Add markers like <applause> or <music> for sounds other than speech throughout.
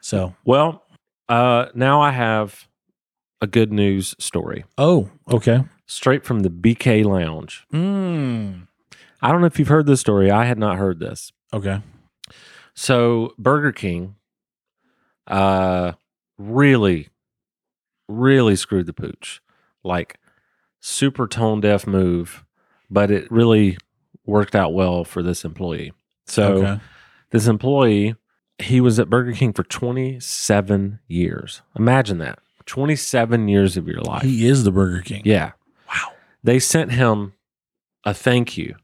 So, Well, uh, now I have a good news story oh, okay. straight from the BK Lounge. Mm. I don't know if you've heard this story. I had not heard this. Okay. So Burger King, uh, really, really screwed the pooch. Like super tone deaf move, but it really worked out well for this employee. So okay. this employee, he was at Burger King for 27 years. Imagine that. 27 years of your life. he is the Burger King. <laughs> Yeah. Wow. They sent him a thank you,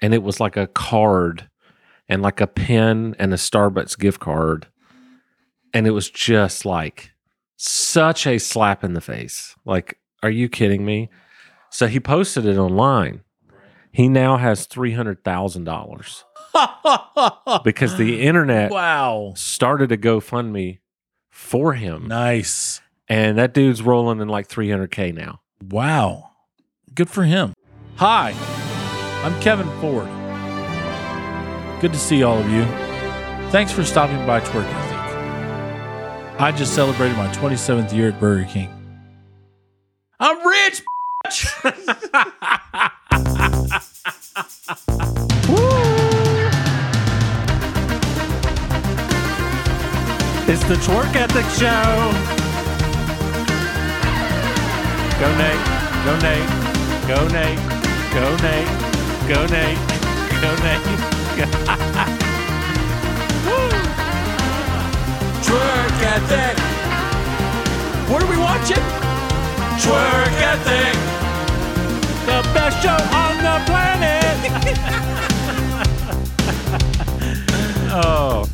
and it was like a card and like a pen and a Starbucks gift card. And it was just like such a slap in the face. Like, are you kidding me? So he posted it online. He now has $300,000 because the internet wow. started a GoFundMe for him. Nice. And that dude's rolling in like 300K now. Wow. Good for him. Hi, I'm Kevin Ford. Good to see all of you. Thanks for stopping by Twerk Ethic. I just celebrated my 27th year at Burger King. I'm rich, It's the Twerk Ethic Show. Go Nate. Go Nate. Go Nate. Go Nate. Go Nate. Go Nate. Twerk Ethic. What are we watching? Twerk Ethic. The best show on the <laughs> planet. Oh.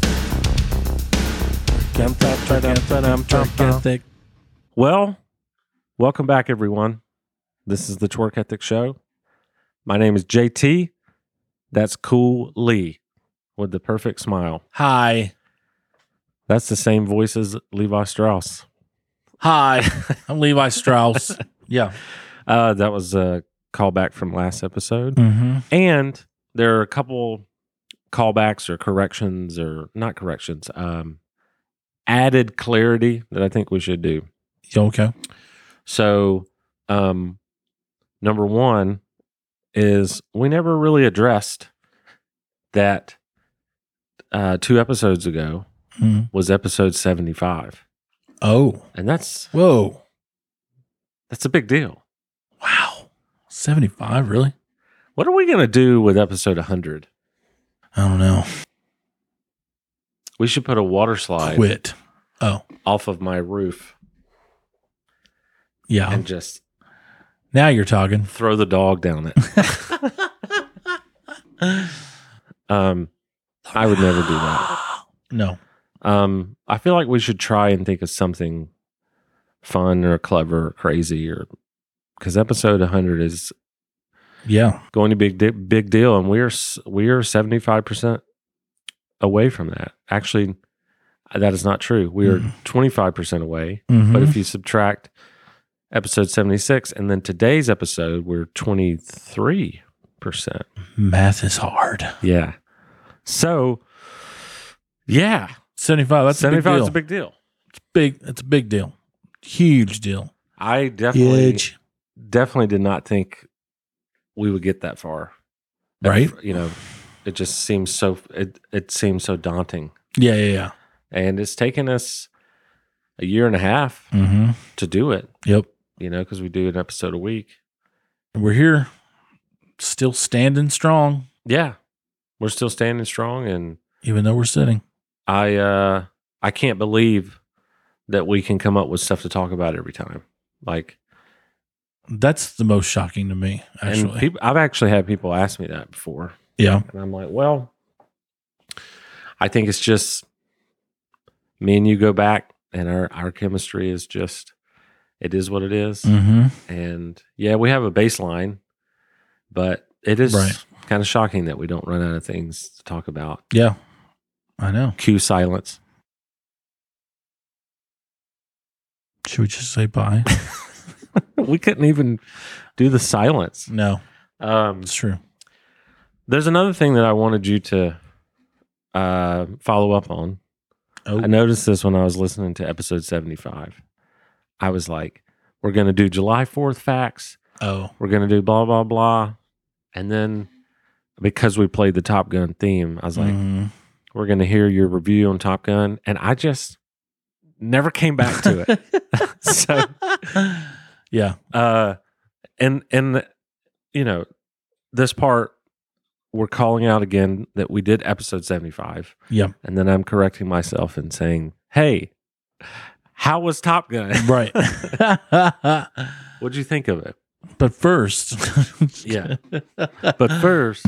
Twerk Ethic. Well, welcome back, everyone. This is the Twerk Ethic Show. My name is JT. That's Cool Lee with the perfect smile. Hi. That's the same voice as Levi Strauss. Hi. <laughs> I'm Levi Strauss. <laughs> yeah. Uh, that was a callback from last episode. Mm-hmm. And there are a couple callbacks or corrections or not corrections, um, added clarity that I think we should do. okay? So, um, number one is we never really addressed that uh, two episodes ago Mhm. was episode 75. Oh. And that's Whoa. that's a big deal. Wow. 75, really? What are we going to do with episode 100? I don't know. We should put a water slide Quit. Oh, off of my roof yeah. and just now you're talking. <laughs> throw the dog down it. um, I would never do that. <gasps> No. Um, I feel like we should try and think of something fun or clever, or crazy, or because episode 100 is Yeah. going to be a di- big deal, and we are s- we are 75 percent away from that. Actually, that is not true. We are Mm-hmm. 25 percent away. But Mhm. if you subtract episode 76 and then today's episode, we're 23 percent. Mm-hmm. Math is hard. Yeah. So, yeah, 75, that's 75 a big deal. is a big deal. big, that's a big deal. Huge deal. I definitely definitely did not think we would get that far. Right? You know, it just seems so it it seems so daunting. Yeah, yeah, yeah. And it's taken us a year and a half Mm-hmm. to do it, Yep. you know, because we do an episode a week. We're here, still standing strong, Yeah. We're still standing strong and even though we're sitting. I uh I can't believe that we can come up with stuff to talk about every time. Like That's the most shocking to me, and actually. people I've actually had people ask me that before. yeah. And I'm like, well, I think it's just me and you go back, and our, our chemistry is just, it is what it is. Mm-hmm. And yeah, we have a baseline, but it is Right. kind of shocking that we don't run out of things to talk about. Yeah. I know. Cue silence. <laughs> Should we just say <laughs> bye? we couldn't even do the silence. no, Um, it's true. there's another thing that I wanted you to uh, follow up on. Oh, I noticed this when I was listening to episode 75. I was like, we're going to do July 4th facts. oh, We're going to do blah, blah, blah. And then because we played the Top Gun theme, I was like, mhm. we're going to hear your review on Top Gun. And I just never came back to <laughs> it. so, <laughs> yeah, uh, and, and, you know, this part, we're calling out again that we did episode 75. yeah, And then I'm correcting myself and saying, hey, how was Top Gun? right. What'd you think of it? but first, <laughs> Yeah. But first,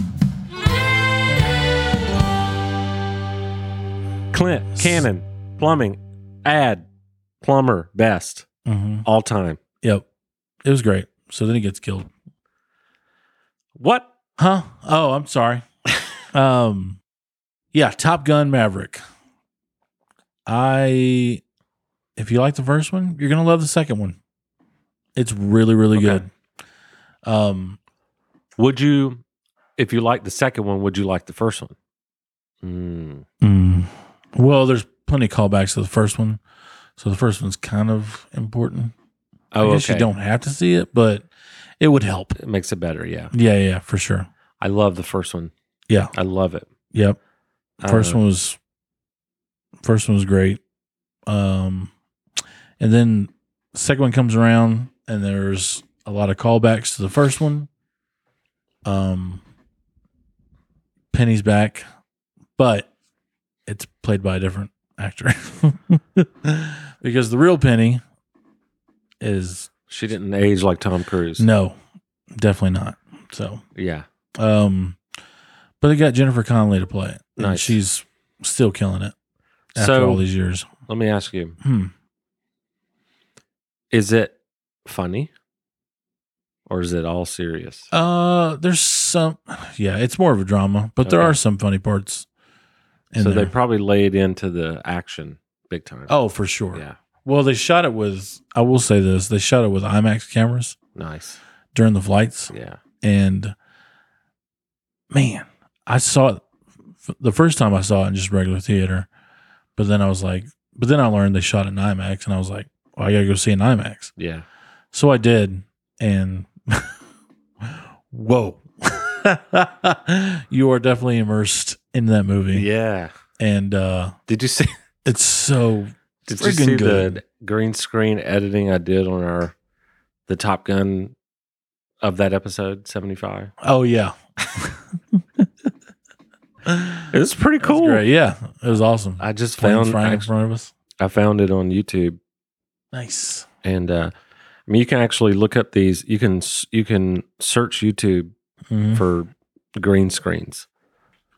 Clint, Cannon, Plumbing, Ad, Plumber, Best, Mhm. all time. yep, it was great. So then he gets killed. What? Huh? Oh, I'm <laughs> sorry. um, yeah, Top Gun Maverick. I, if you like the first one, you're gonna love the second one. It's really, really Okay. good. Um, Would you, if you like the second one, would you like the first one? Mm, mm, well, there's plenty of callbacks to the first one, so the first one's kind of important. I Oh, guess okay. you don't have to see it, but it would help. It makes it better. Yeah. Yeah, yeah, for sure. I love the first one. Yeah. I love it. Yep. First Uh, one was first one was great. Um and then second one comes around and there's a lot of callbacks to the first one. Um Penny's back, but it's played by a different actor. <laughs> because the real Penny is She didn't age like Tom Cruise. no, definitely not. So Yeah. um, but they got Jennifer Connelly to play it. And Nice. she's still killing it after So- all these years. Let me ask you Hmm. is it funny or is it all serious? Uh, there's some. Yeah, it's more of a drama, but there Okay. are some funny parts. In so there. they probably laid into the action big time. oh, for sure. yeah, Well, they shot it with. I will say this: they shot it with IMAX cameras nice. during the flights, Yeah, and man, I saw it f- the first time I saw it in just regular theater, but then I was like, but then I learned they shot it in IMAX, and I was like, well, I gotta go see an IMAX. yeah. So I did, and <laughs> whoa, <laughs> you are definitely immersed in that movie, Yeah. and uh, Did you see? <laughs> it's so Did Friggin' you see the good. green screen editing I did on our the Top Gun of that episode seventy five? oh <laughs> yeah, It was pretty That's cool. great. yeah, it was awesome. I just Planes found flying in act- front of us, I found it on YouTube, nice. and uh, I mean you can actually look up these. You can s- you can search YouTube Mhm. for green screens.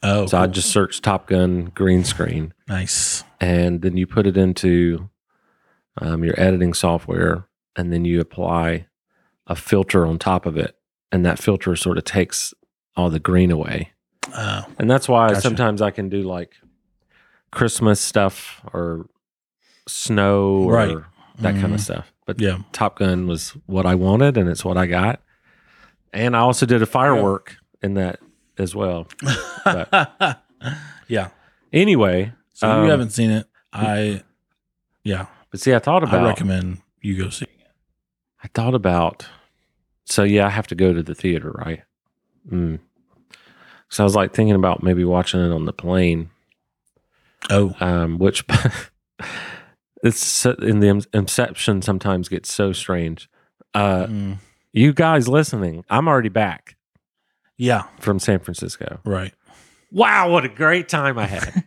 Oh, So I cool. just searched Top Gun green screen. nice. and then you put it into um, your editing software, and then you apply a filter on top of it, and that filter sort of takes all the green away. Oh, And that's why Gotcha. sometimes I can do like Christmas stuff or snow or Right. that kind Mhm. of stuff. But yeah, Top Gun was what I wanted, and it's what I got. And I also did a firework in that as well. <laughs> yeah. Anyway, So if Um, you haven't seen it, I yeah, but see, I thought about I recommend you go see. it. I thought about, so yeah, I have to go to the theater, right? Mm. So I was like thinking about maybe watching it on the plane, Oh, um, which <laughs> it's so- in the in- inception sometimes gets so strange. Uh, mm. you guys listening, I'm already back yeah, from San Francisco. right. Wow, what a great time I had!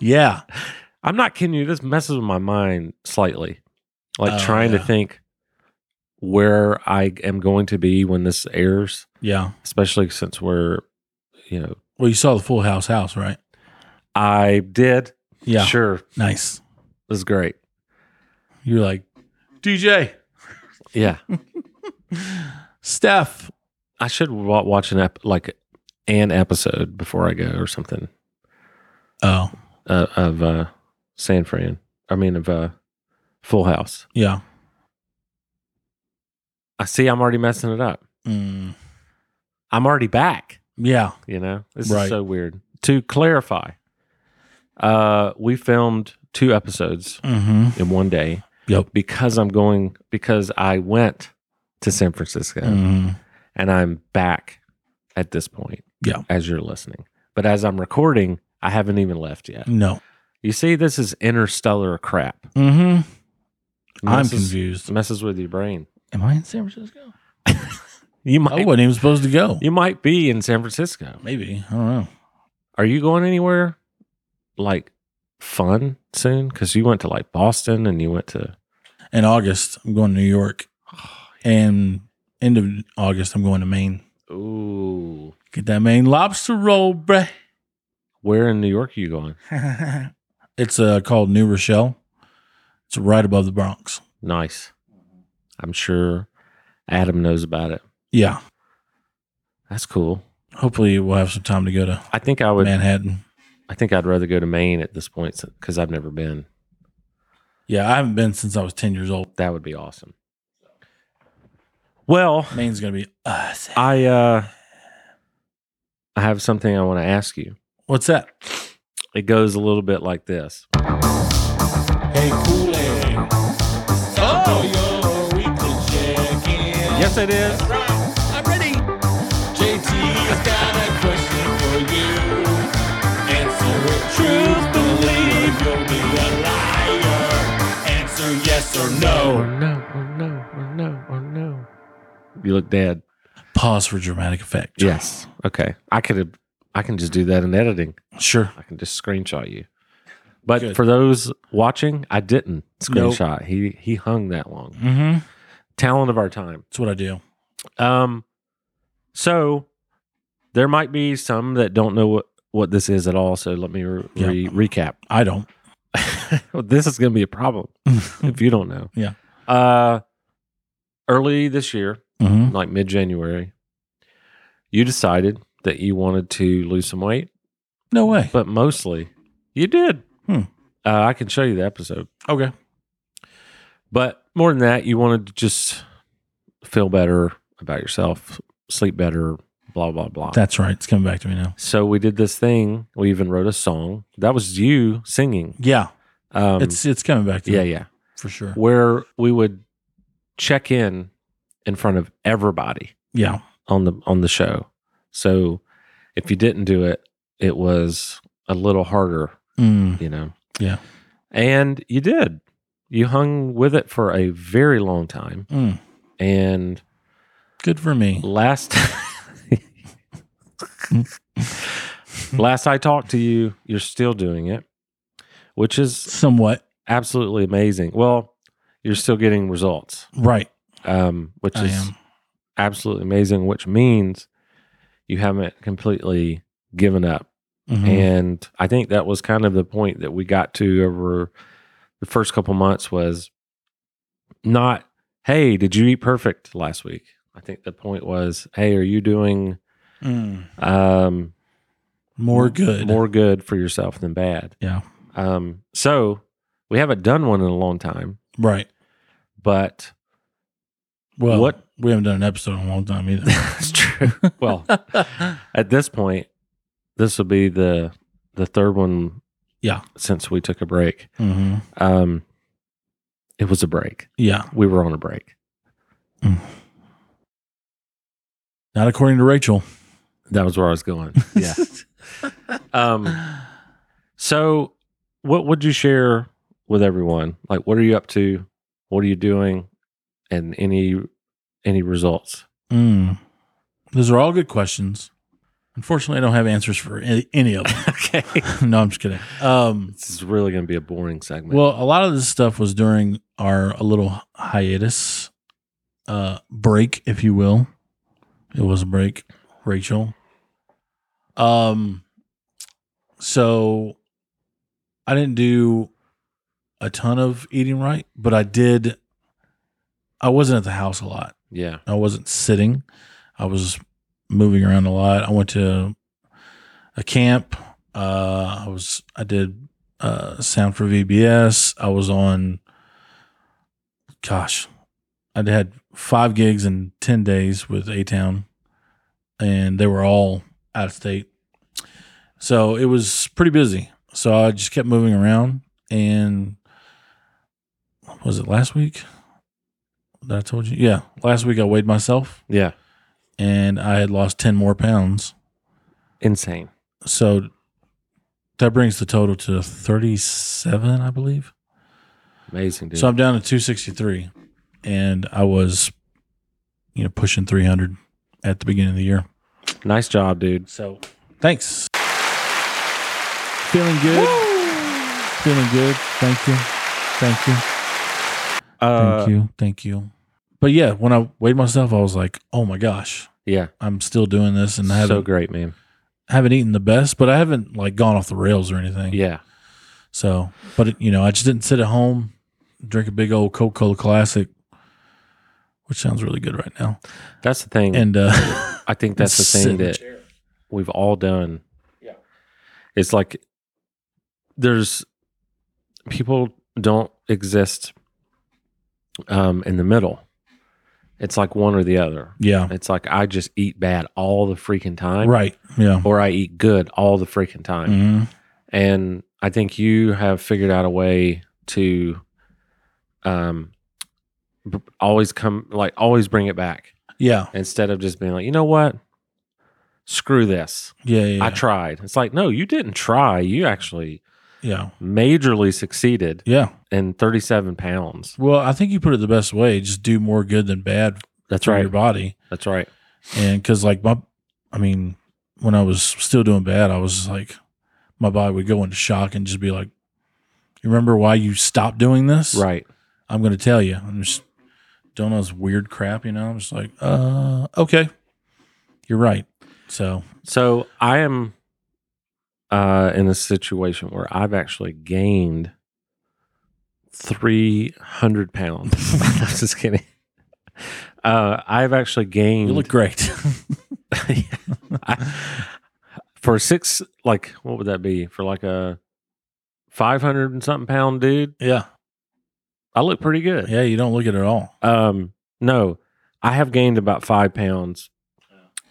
Yeah, I'm not kidding you. This messes with my mind slightly, like Oh, trying to yeah. think where I am going to be when this airs. yeah. especially since we're, you know, Well, you saw the Full House house, right? I did. Yeah. Sure. It Nice. was great. You're like, DJ, Yeah. Steph. I should wa- watch an ep- like an episode before I go or something Oh, uh, of uh, San Fran. I mean, of uh, Full House. yeah. I see I'm already messing it up. Mm, I'm already back, yeah. you know? This Right. is so weird. To clarify, Uh, we filmed two episodes Mm-hmm. in one day. Yep. Because I'm going because I went to San Francisco hmm and I'm back at this point. Yeah. As you're listening. But as I'm recording, I haven't even left yet. No. You see, this is interstellar crap. Mm-hmm. I'm Messes- confused. Messes with your brain. Am I in San Francisco? You I might wasn't even supposed to go. you might be in San Francisco. Maybe. I don't know. Are you going anywhere like fun soon? Because you went to like Boston and you went to In August, I'm going to New <sighs> York. And end of August, I'm going to Maine. Ooh. Get that Maine lobster roll, bruh. Where in New York are you going? <laughs> it's uh, called New Rochelle. It's right above the Bronx. Nice. I'm sure Adam knows about it. Yeah. That's cool. Hopefully, we'll have some time to go to I think I would. Manhattan. I think I'd rather go to Maine at this point because I've never been. Yeah, I haven't been since I was 10 years old. That would be awesome. Well, Maine's going to be awesome. I uh, I have something I want to ask you. What's that? It goes a little bit like this. Hey, Kool-Aid. It's time for your weekly Oh. check-in. Yes, it is. I'm ready. JT's got a question for you. Answer it truthfully. You'll be a liar. Answer yes or Or no. Oh, no, or no, or no, or no. You look dead. Pause for dramatic effect. Yes. Okay. I could have. I can just do that in editing. Sure. I can just screenshot you. But Good. for those watching, I didn't screenshot. He he hung that long. Mm-hmm. Talent of our time. That's what I do. Um, so there might be some that don't know what what this is at all. So let me re- Yeah. re- recap. <laughs> I don't. this is going to be a <laughs> problem if you don't know. Yeah. Uh, early this year, hmm like mid January, you decided that you wanted to lose some weight, No way. but mostly you did. Hmm. Uh, I can show you the episode. Okay. But more than that, you wanted to just feel better about yourself, sleep better, blah, blah, blah. That's right. It's coming back to me now. so we did this thing. We even wrote a song. That was you singing. Yeah. Um, it's it's coming back to yeah, me yeah. for sure. Where we would check in in front of everybody Yeah. on the on the show. So if you didn't do it, it was a little harder, Mm. you know. Yeah. And you did. You hung with it for a very long time. Mm. And Good for me. last <laughs> Mm. last I talked to you, you're still doing it, which is Somewhat. absolutely amazing. Well, you're still getting results, Right. um, which I is am. absolutely amazing. Which means you haven't completely given up, Mhm. and I think that was kind of the point that we got to over the first couple months was not, hey, did you eat perfect last week? I think the point was, hey, are you doing Mm. um, More good. more good for yourself than bad. Yeah. Um, so we haven't done one in a long time, Right. but Well, What- we haven't done an episode in a long time either. <laughs> <laughs> that's true. well, at this point, this will be the the third one. Yeah. Since we took a break, hmm um, it was a break. Yeah. We were on a break. Not according to Rachel. That was where I <laughs> was going. Yeah. <laughs> um. So, what would you share with everyone? Like, what are you up to? What are you doing? And any <laughs> any results? Mm. Those are all good questions. Unfortunately, I don't have answers for any, any of them. <laughs> okay. no, I'm just kidding. Um, This is really going to be a boring segment. well, a lot of this stuff was during our a little hiatus, uh, break, if you will. It was a break, Rachel. Um, so I didn't do a ton of eating right, but I did. I wasn't at the house a lot. yeah. I wasn't sitting. I was moving around a lot. I went to a camp. Uh, I was I did uh, sound for VBS. I was on. Gosh, I had five gigs in ten days with A Town, and they were all out of state. So it was pretty busy. So I just kept moving around, and was it last week that I told you? Yeah, last week I weighed myself, Yeah. and I had lost ten more pounds. Insane. So that brings the total to thirty-seven, I believe. Amazing, dude. So I'm down to 263, and I was, you know, pushing 300 at the beginning of the year. nice job, dude. So thanks. Feeling good. Feeling good. Thank you. Thank you. Thank Uh, you. Thank you. But yeah, when I weighed myself, I was like, oh my gosh, Yeah. I'm still doing this, and I So haven't, great, man. haven't eaten the best, but I haven't like gone off the rails or anything. Yeah. So, but you know, I just didn't sit at home, drink a big old Coca Cola Classic, which sounds really good right now. That's the thing. And uh, <laughs> I think that's the sit in thing the that we've all done. Yeah. It's like there's people don't exist um in the middle. It's like one or the other. yeah, It's like I just eat bad all the freaking time right, yeah, or I eat good all the freaking time. hmm And I think you have figured out a way to um b- always come like always bring it back yeah, instead of just being like, you know what? Screw this. yeah, yeah, I tried. It's like, no, you didn't try. You actually yeah, majorly succeeded yeah. in 37 pounds. Well, I think you put it the best way: just do more good than bad That's for your right. body. That's right. And because, like my, I mean, when I was still doing bad, I was like, my body would go into shock and just be like, "You remember why you stopped doing this?" Right. I'm going to tell you. I'm just doing all this weird crap, you know? I'm just like, uh, okay. You're right. So, So I am uh, in a situation where I've actually gained 300 pounds. <laughs> I'm just kidding. Uh, I've actually gained. you look great. <laughs> <laughs> I- for six, like, what would that be? For like a 500 and something pound dude, yeah. I look pretty good. Yeah. You don't look it at all. Um, no, I have gained about five pounds,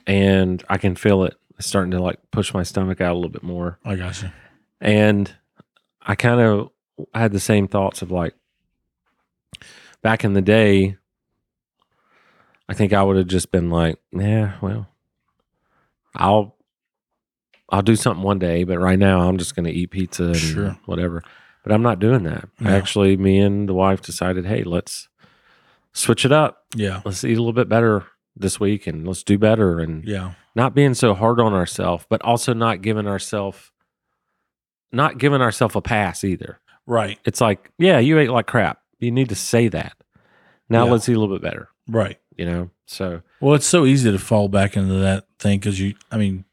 and I can feel it. It's starting to like push my stomach out a little bit more, I got you. and I kind of had the same thoughts of like back in the day. I think I would have just been like, "Yeah, well, I'll." I'll do something one day, but right now I'm just going to eat pizza and Sure. whatever. But I'm not doing that. No. Actually, me and the wife decided, hey, let's switch it up Yeah. let's eat a little bit better this week and let's do better and Yeah. not being so hard on ourselves, but also not giving ourselves not giving ourselves a pass either. Right. It's like, yeah, you ate like crap. You need to say that. Now Yeah. let's eat a little bit better, Right. you know? So Well, it's so easy to fall back into that thing because you, I mean,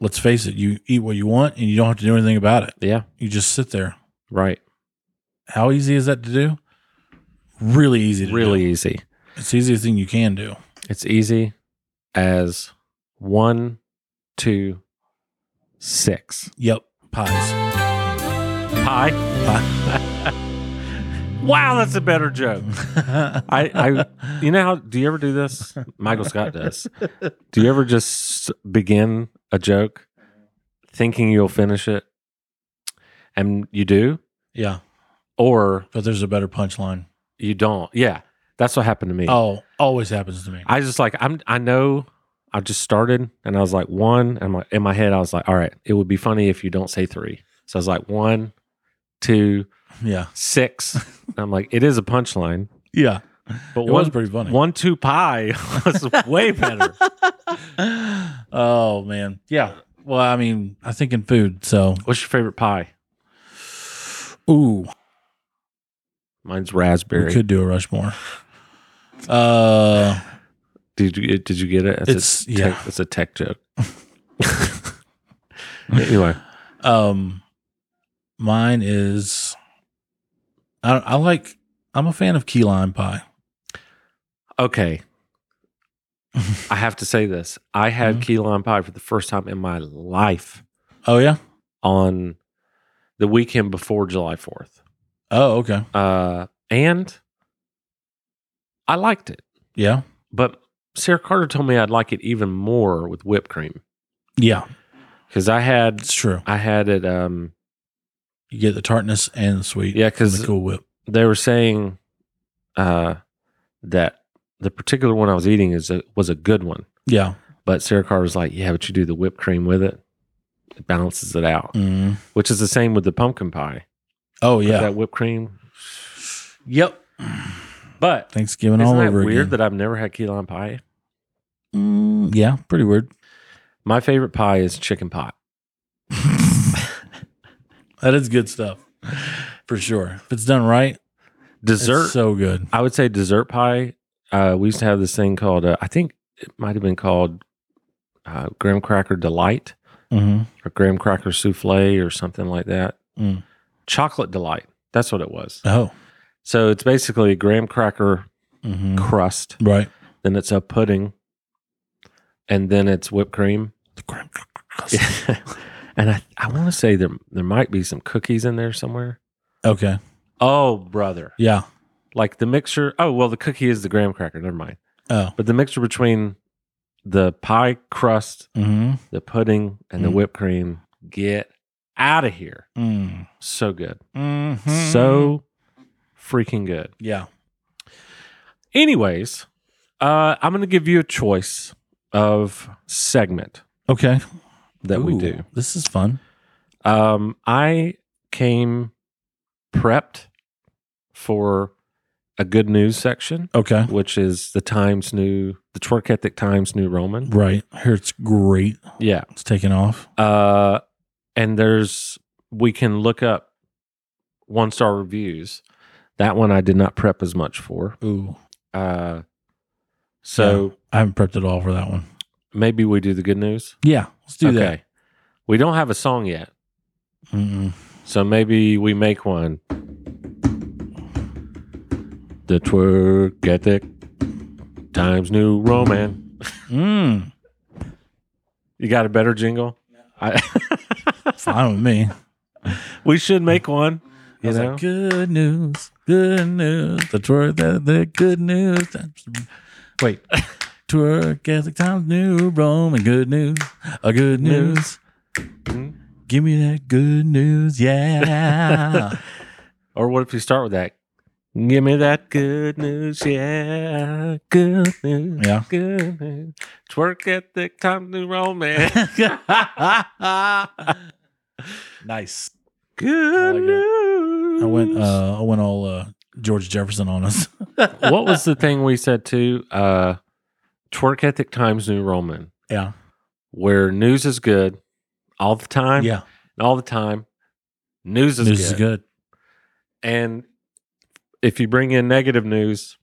let's face it, you eat what you want and you don't have to do anything about it. yeah, You just sit there. right. How easy is that to do? Really easy to Really do. easy. It's the easiest thing you can do. It's easy as one, two, six. Yep. Pies. <laughs> Hi. <laughs> wow, that's a better joke. I, I, you know how? Do you ever do this? Michael Scott does. Do you ever just begin a joke, thinking you'll finish it, and you do, yeah. or But there's a better punchline. you don't? Yeah, that's what happened to me. Oh, always happens to me. I just like I'm. I know. I just started, and I was like one, and my, in my head I was like, all right, it would be funny if you don't say three. So I was like one, two, yeah. six. And I'm like, it is a punchline, Yeah. but It one, was pretty funny. one, two pie <laughs> was way better. oh man. Yeah. Well, I mean, I think in food, so What's your favorite pie? ooh, Mine's we raspberry. could do a Rushmore. Uh did you did you get it? It's- a yeah. Tech, it's a tech joke. <laughs> <laughs> anyway, um mine is I I like I'm a fan of key lime pie. okay. I have to say this. I had Mhm. key lime pie for the first time in my life Oh yeah? on the weekend before July Fourth, Oh, okay. uh, and I liked it. Yeah. But Sarah Carter told me I'd like it even more with whipped cream. Yeah. because I had It's true. I had it. Um, You get the tartness and the sweet. yeah, and because the cool whip. they were saying uh, that the particular one I was eating is a, was a good one, Yeah. but Sarah Carter was like, "Yeah, but you do the whipped cream with it; it balances it out." Mm. Which is the same with the pumpkin pie. Oh With yeah. that whipped cream. Yep, but Thanksgiving isn't all that over weird again. that I've never had key lime pie? Mm, yeah, pretty weird. <laughs> My favorite pie is chicken pot. That is good stuff for sure. If it's done right, it's Dessert. so good. I would say dessert pie. Uh, we used to have this thing called, uh, I think it might have been called uh, graham cracker delight Mm-hmm. or graham cracker souffle or something like that. Mm. Chocolate delight. That's what it was. Oh, So it's basically a graham cracker Mhm. crust, right. then it's a pudding, and then it's <laughs> whipped cream. <laughs> and I, I want to say there there might be some cookies in there somewhere. Okay. Oh, brother. Yeah. Like the mixture. Oh, well, the cookie is the graham cracker. Never mind. Oh. But the mixture between the pie crust, Mm-hmm. the pudding, and the Mm. whipped cream, get out of here. So good. Mm-hmm. So freaking good. yeah. Anyways, uh, I'm going to give you a choice of segment Okay. that we Ooh, do. This is fun. Um, I came prepped for a good news section, Okay. which is the Times New, the Twerk Ethic Times New Roman. Right. Here it's great. Yeah. It's taking off. Uh, and there's we can look up one star reviews. That one I did not prep as much for. Ooh. Uh, so I haven't prepped at all for that one. maybe we do the good news. Yeah. Let's do that. We don't have a song yet, Mm-mm. so maybe we make one. The twerk ethic, Times New Roman. Mm. You got a better jingle? I, <laughs> Fine with me. we should make one. I You was know? like, good news, good news, the twerk, the, the good news. Wait, twerk Catholic Times New Roman, good news, a good news. Hmm? Give me that good news, <laughs> yeah. <laughs> Or what if you start with that? Give me that good news, yeah, good news, Yeah. good news. Twerk at the time <laughs> new <laughs> romance, nice. good like it. news. I went, <laughs> uh, I went all uh, George Jefferson on us. <laughs> what was the thing we said too? Uh, twerk ethic times new Roman, Yeah, where news is good all the time, yeah. and all the time. News is, News is good. good. and if you bring in negative news,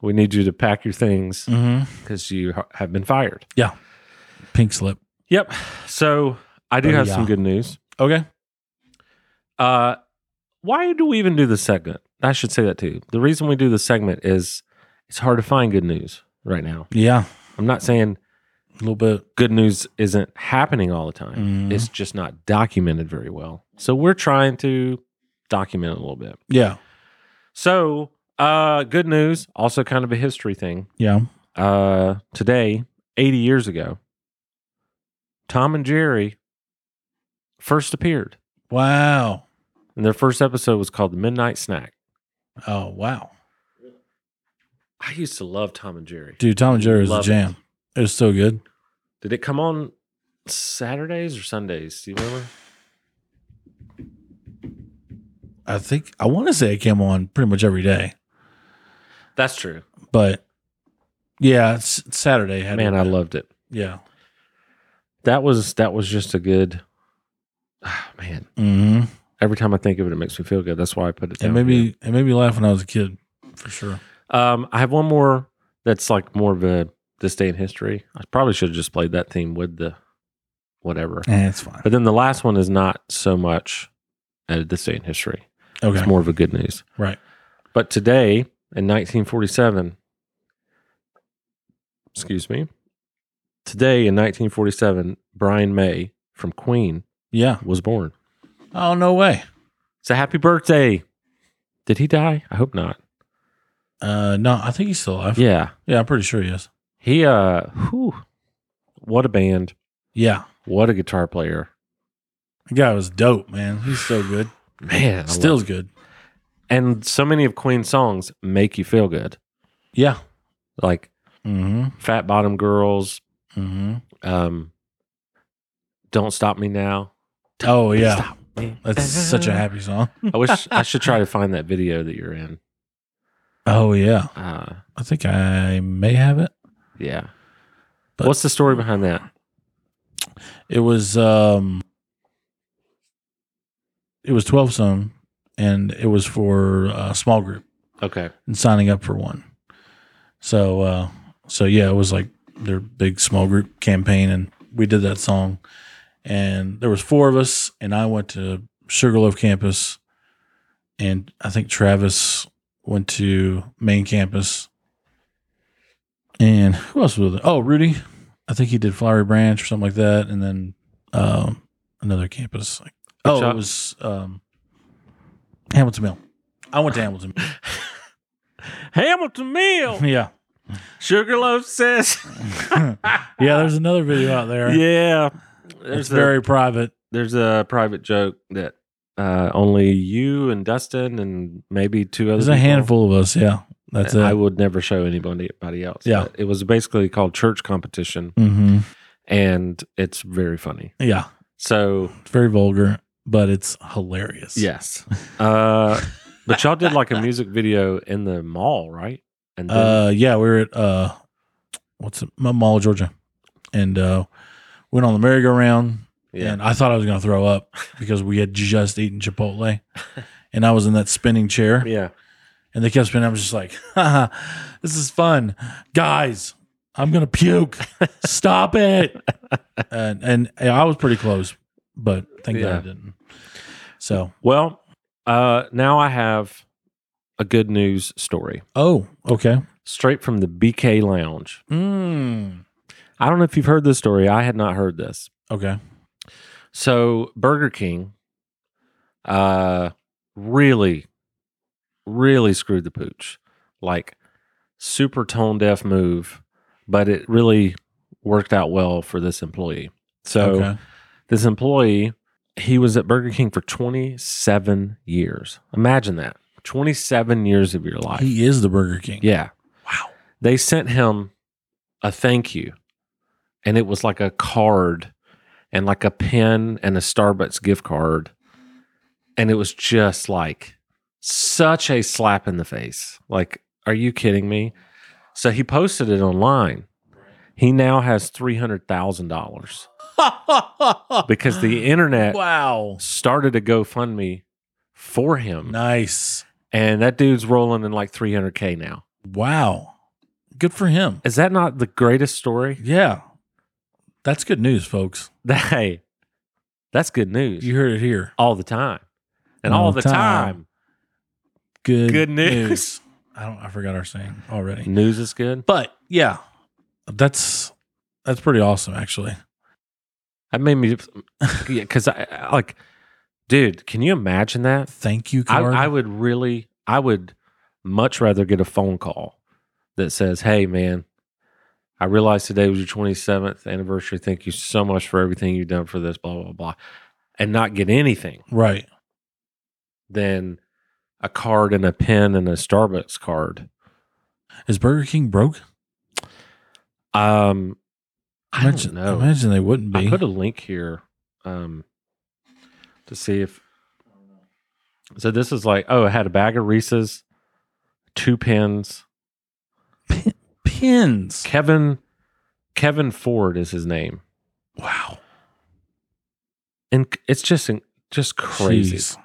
we need you to pack your things hmm because you ha- have been fired. Pink slip. Yep. So I do Oh, have yeah. some good news. Okay. Uh, why do we even do the segment? I should say that too. The reason we do the segment is it's hard to find good news right now. Yeah, I'm not saying a little bit. good news isn't happening all the time. Mhm. It's just not documented very well. So we're trying to document it a little bit. Yeah, So, uh, good news, also kind of a history thing. yeah. Uh, today, 80 years ago, Tom and Jerry first appeared. Wow. And their first episode was called The Midnight Snack. Oh wow, I used to love Tom and Jerry. dude! Tom and Jerry is a Love it. jam. It. was so good. Did it come on Saturdays or Sundays? Do you remember? I think I want to say it came on pretty much every day, That's true. but yeah, it's it's Saturday. Had Man, it. I loved it. yeah. That was that was just a good ah, man. Mm-hmm. Every time I think of it, it makes me feel good. That's why I put it down. It made me it made me laugh when I was a kid, for sure. here. Um, I have one more that's like more of a this day in history. I probably should have just played that theme with the whatever. Eh, it's fine. But then the last one is not so much uh, this day in history. Okay, It's more of a good news. right. But today, in 1947, excuse me, today in 1947, Brian May from Queen Yeah. was born. Oh no way. It's a happy birthday. Did he die? I hope not. Uh, no, I think he's still alive. Yeah, Yeah. I'm pretty sure he is. He, uh, whew, what a band. Yeah, What a guitar player. The guy was dope, man. He's so good. Man. I Still's love- good. And so many of Queen's songs make you feel good. Yeah. Like Mm-hmm. Fat Bottom Girls, Mm-hmm. um, Don't Stop Me Now. Oh yeah. Stop me That's such a now. happy song. I wish I should try to find that video that you're in. Oh yeah. Uh, I think I may have it. yeah. But- What's the story behind that? It was um it was twelve some and it was for a small group. Okay. and signing up for one. So uh so yeah, it was like their big small group campaign and we did that song and there was four of us and I went to Sugarloaf campus and I think Travis went to main campus. And who else was with it? Oh, Rudy. I think he did Flowery Branch or something like that and then um another campus. Like, oh, shop? it was um Hamilton Mill. I went to Hamilton. Mill. Hamilton Mill. <laughs> yeah. Sugarloaf says. <laughs> yeah, there's another video out there. <laughs> Yeah. it's There's a, very private. there's a private joke that uh, only you and Dustin and maybe two other There's a people- handful of us. Yeah, that's it. I would never show anybody anybody else. Yeah. But It was basically called Church Competition mm-hmm. and it's very funny. Yeah, So it's very vulgar, but it's hilarious. Yes. Uh, but y'all <laughs> did like a music video in the mall, right? And then, Uh, yeah, we were at uh, what's it, Ma- Mall of Georgia, and uh, went on the merry-go-round, yeah, and I thought I was gonna throw up because we had just eaten <laughs> Chipotle, and I was in that spinning chair, yeah. and they kept spinning. I was just like, <laughs> Haha, "This is fun, guys. I'm gonna puke. Stop <laughs> it." And and I was pretty close, but thank God Yeah. I didn't. So, Well, uh, now I have a good news story oh, okay. straight from the BK Lounge. Hmm. Mm. I don't know if you've heard this story. I had not heard this. Okay. So Burger King, uh, really, really screwed the pooch. Like super tone deaf move, but it really worked out well for this employee. So. okay. this employee he was at burger king for 27 years imagine that 27 years of your life He is the Burger King. yeah Wow. they sent him a thank you and it was like a card and like a pen and a starbucks gift card and it was just like such a slap in the face like are you kidding me so he posted it online he now has $300000 because <gasps> the <laughs> internet wow. started a GoFundMe for him, Nice. and that dude's rolling in like 300k now. Wow. Good for him. Is that not the greatest story? Yeah. That's good news, folks. <laughs> Hey, that's good news You heard it here. all the time, and all, the time. Good. Good news. I don't. I forgot our saying already. news is good. But yeah, that's that's pretty awesome, actually. That made me because I, I like, dude, can you imagine that? Thank you I, card. I would really, I would much rather get a phone call that says, "Hey, man, I realized today was your 27th anniversary. Thank you so much for everything you've done for this, blah blah blah," and not get anything right. than a card and a pen and a Starbucks card. Is Burger King broke? Um, I imagine, don't know. Imagine they wouldn't I be. put a link here um, to see if. So this is like, oh, I had a bag of Reese's, two pens. Pins. Kevin Kevin Ford is his name, Wow. and c- it's just in- just crazy. Jeez.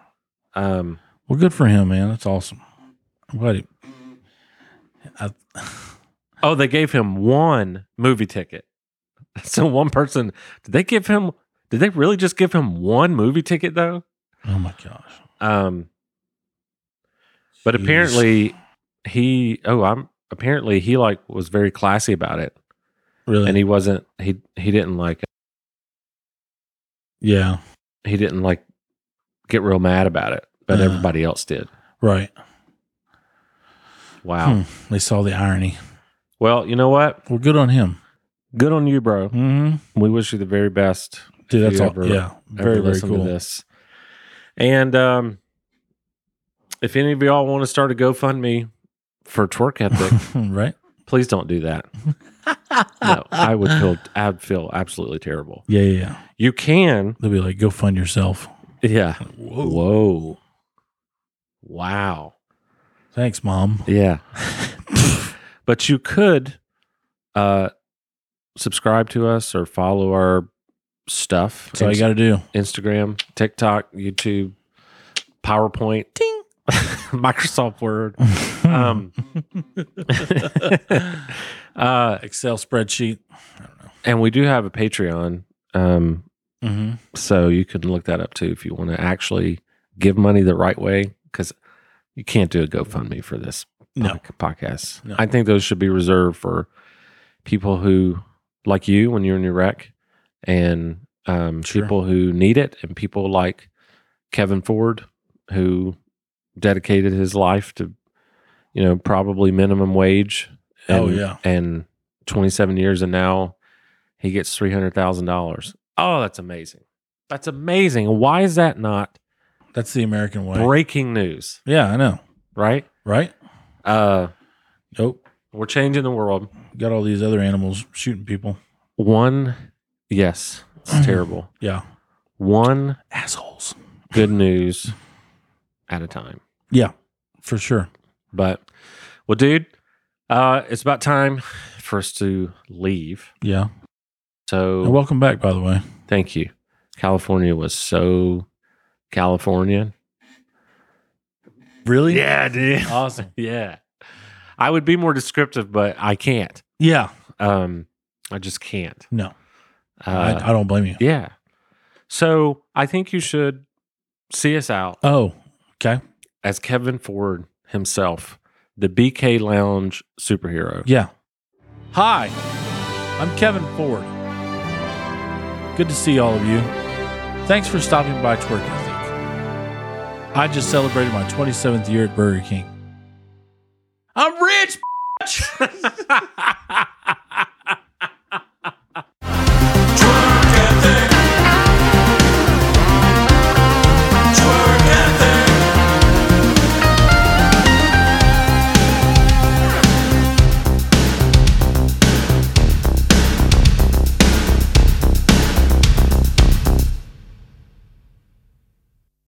Um, Well, good for him, man. That's awesome. I'm glad he. I, oh, they gave him one movie ticket. <laughs> So one person did they give him? Did they really just give him one movie ticket though? oh my gosh. Um, but Jeez. apparently he oh I'm apparently he like was very classy about it, really, and he wasn't he he didn't like yeah, he didn't like get real mad about it, but Uh. everybody else did. right. Wow. Hmm. They saw the irony. Well, you know what? Well, good on him. Good on you, bro. Mm-hmm. We wish you the very best. Dude, if that's you all. ever- yeah, ever very very listen cool. to this. And um, if any of y'all want to start a GoFundMe for twerk ethic, <laughs> <laughs> <laughs> right? please don't do that. No, I would feel I'd feel absolutely terrible. Yeah, yeah, yeah. You can, They'll be like, go fund yourself. yeah. Whoa. Whoa, wow, Thanks, mom. <laughs> yeah. but you could uh, subscribe to us or follow our stuff. That's all you Inst- got to do. Instagram, TikTok, YouTube, PowerPoint, Ding. <laughs> Microsoft Word. <laughs> Um, uh, <laughs> Excel spreadsheet. and we do have a Patreon. Um, Mm-hmm. so you can look that up too if you want to actually give money the right way because you can't do a GoFundMe for this No. poc- podcast. No. I think those should be reserved for people who, like you, when you're in your wreck, and um, Sure. people who need it, and people like Kevin Ford who dedicated his life to, you know, probably minimum wage. And, Oh, yeah. and 27 years, and now he gets three hundred thousand dollars. Oh, that's amazing. That's amazing. Why is that not That's the American way. breaking news? Yeah, I know. Right? Right? Uh, Nope. we're changing the world. Got all these other animals shooting people. One, yes, it's terrible. Mm. Yeah. One Assholes. good news at a time. Yeah, for sure. But well, dude, uh, it's about time for us to leave. Yeah. And So welcome back, by the way. thank you. California was so Californian. Really? Yeah, dude. Awesome. <laughs> Yeah. I would be more descriptive, but I can't. Yeah. Um, I just can't. No, Uh, I, I don't blame you. yeah. So I think you should see us out Oh, okay. as Kevin Ford himself, the BK Lounge superhero. Yeah. Hi. I'm Kevin Ford. Good to see all of you. Thanks for stopping by Twerk Ethic. I just celebrated my 27th year at Burger King. I'm rich, bitch!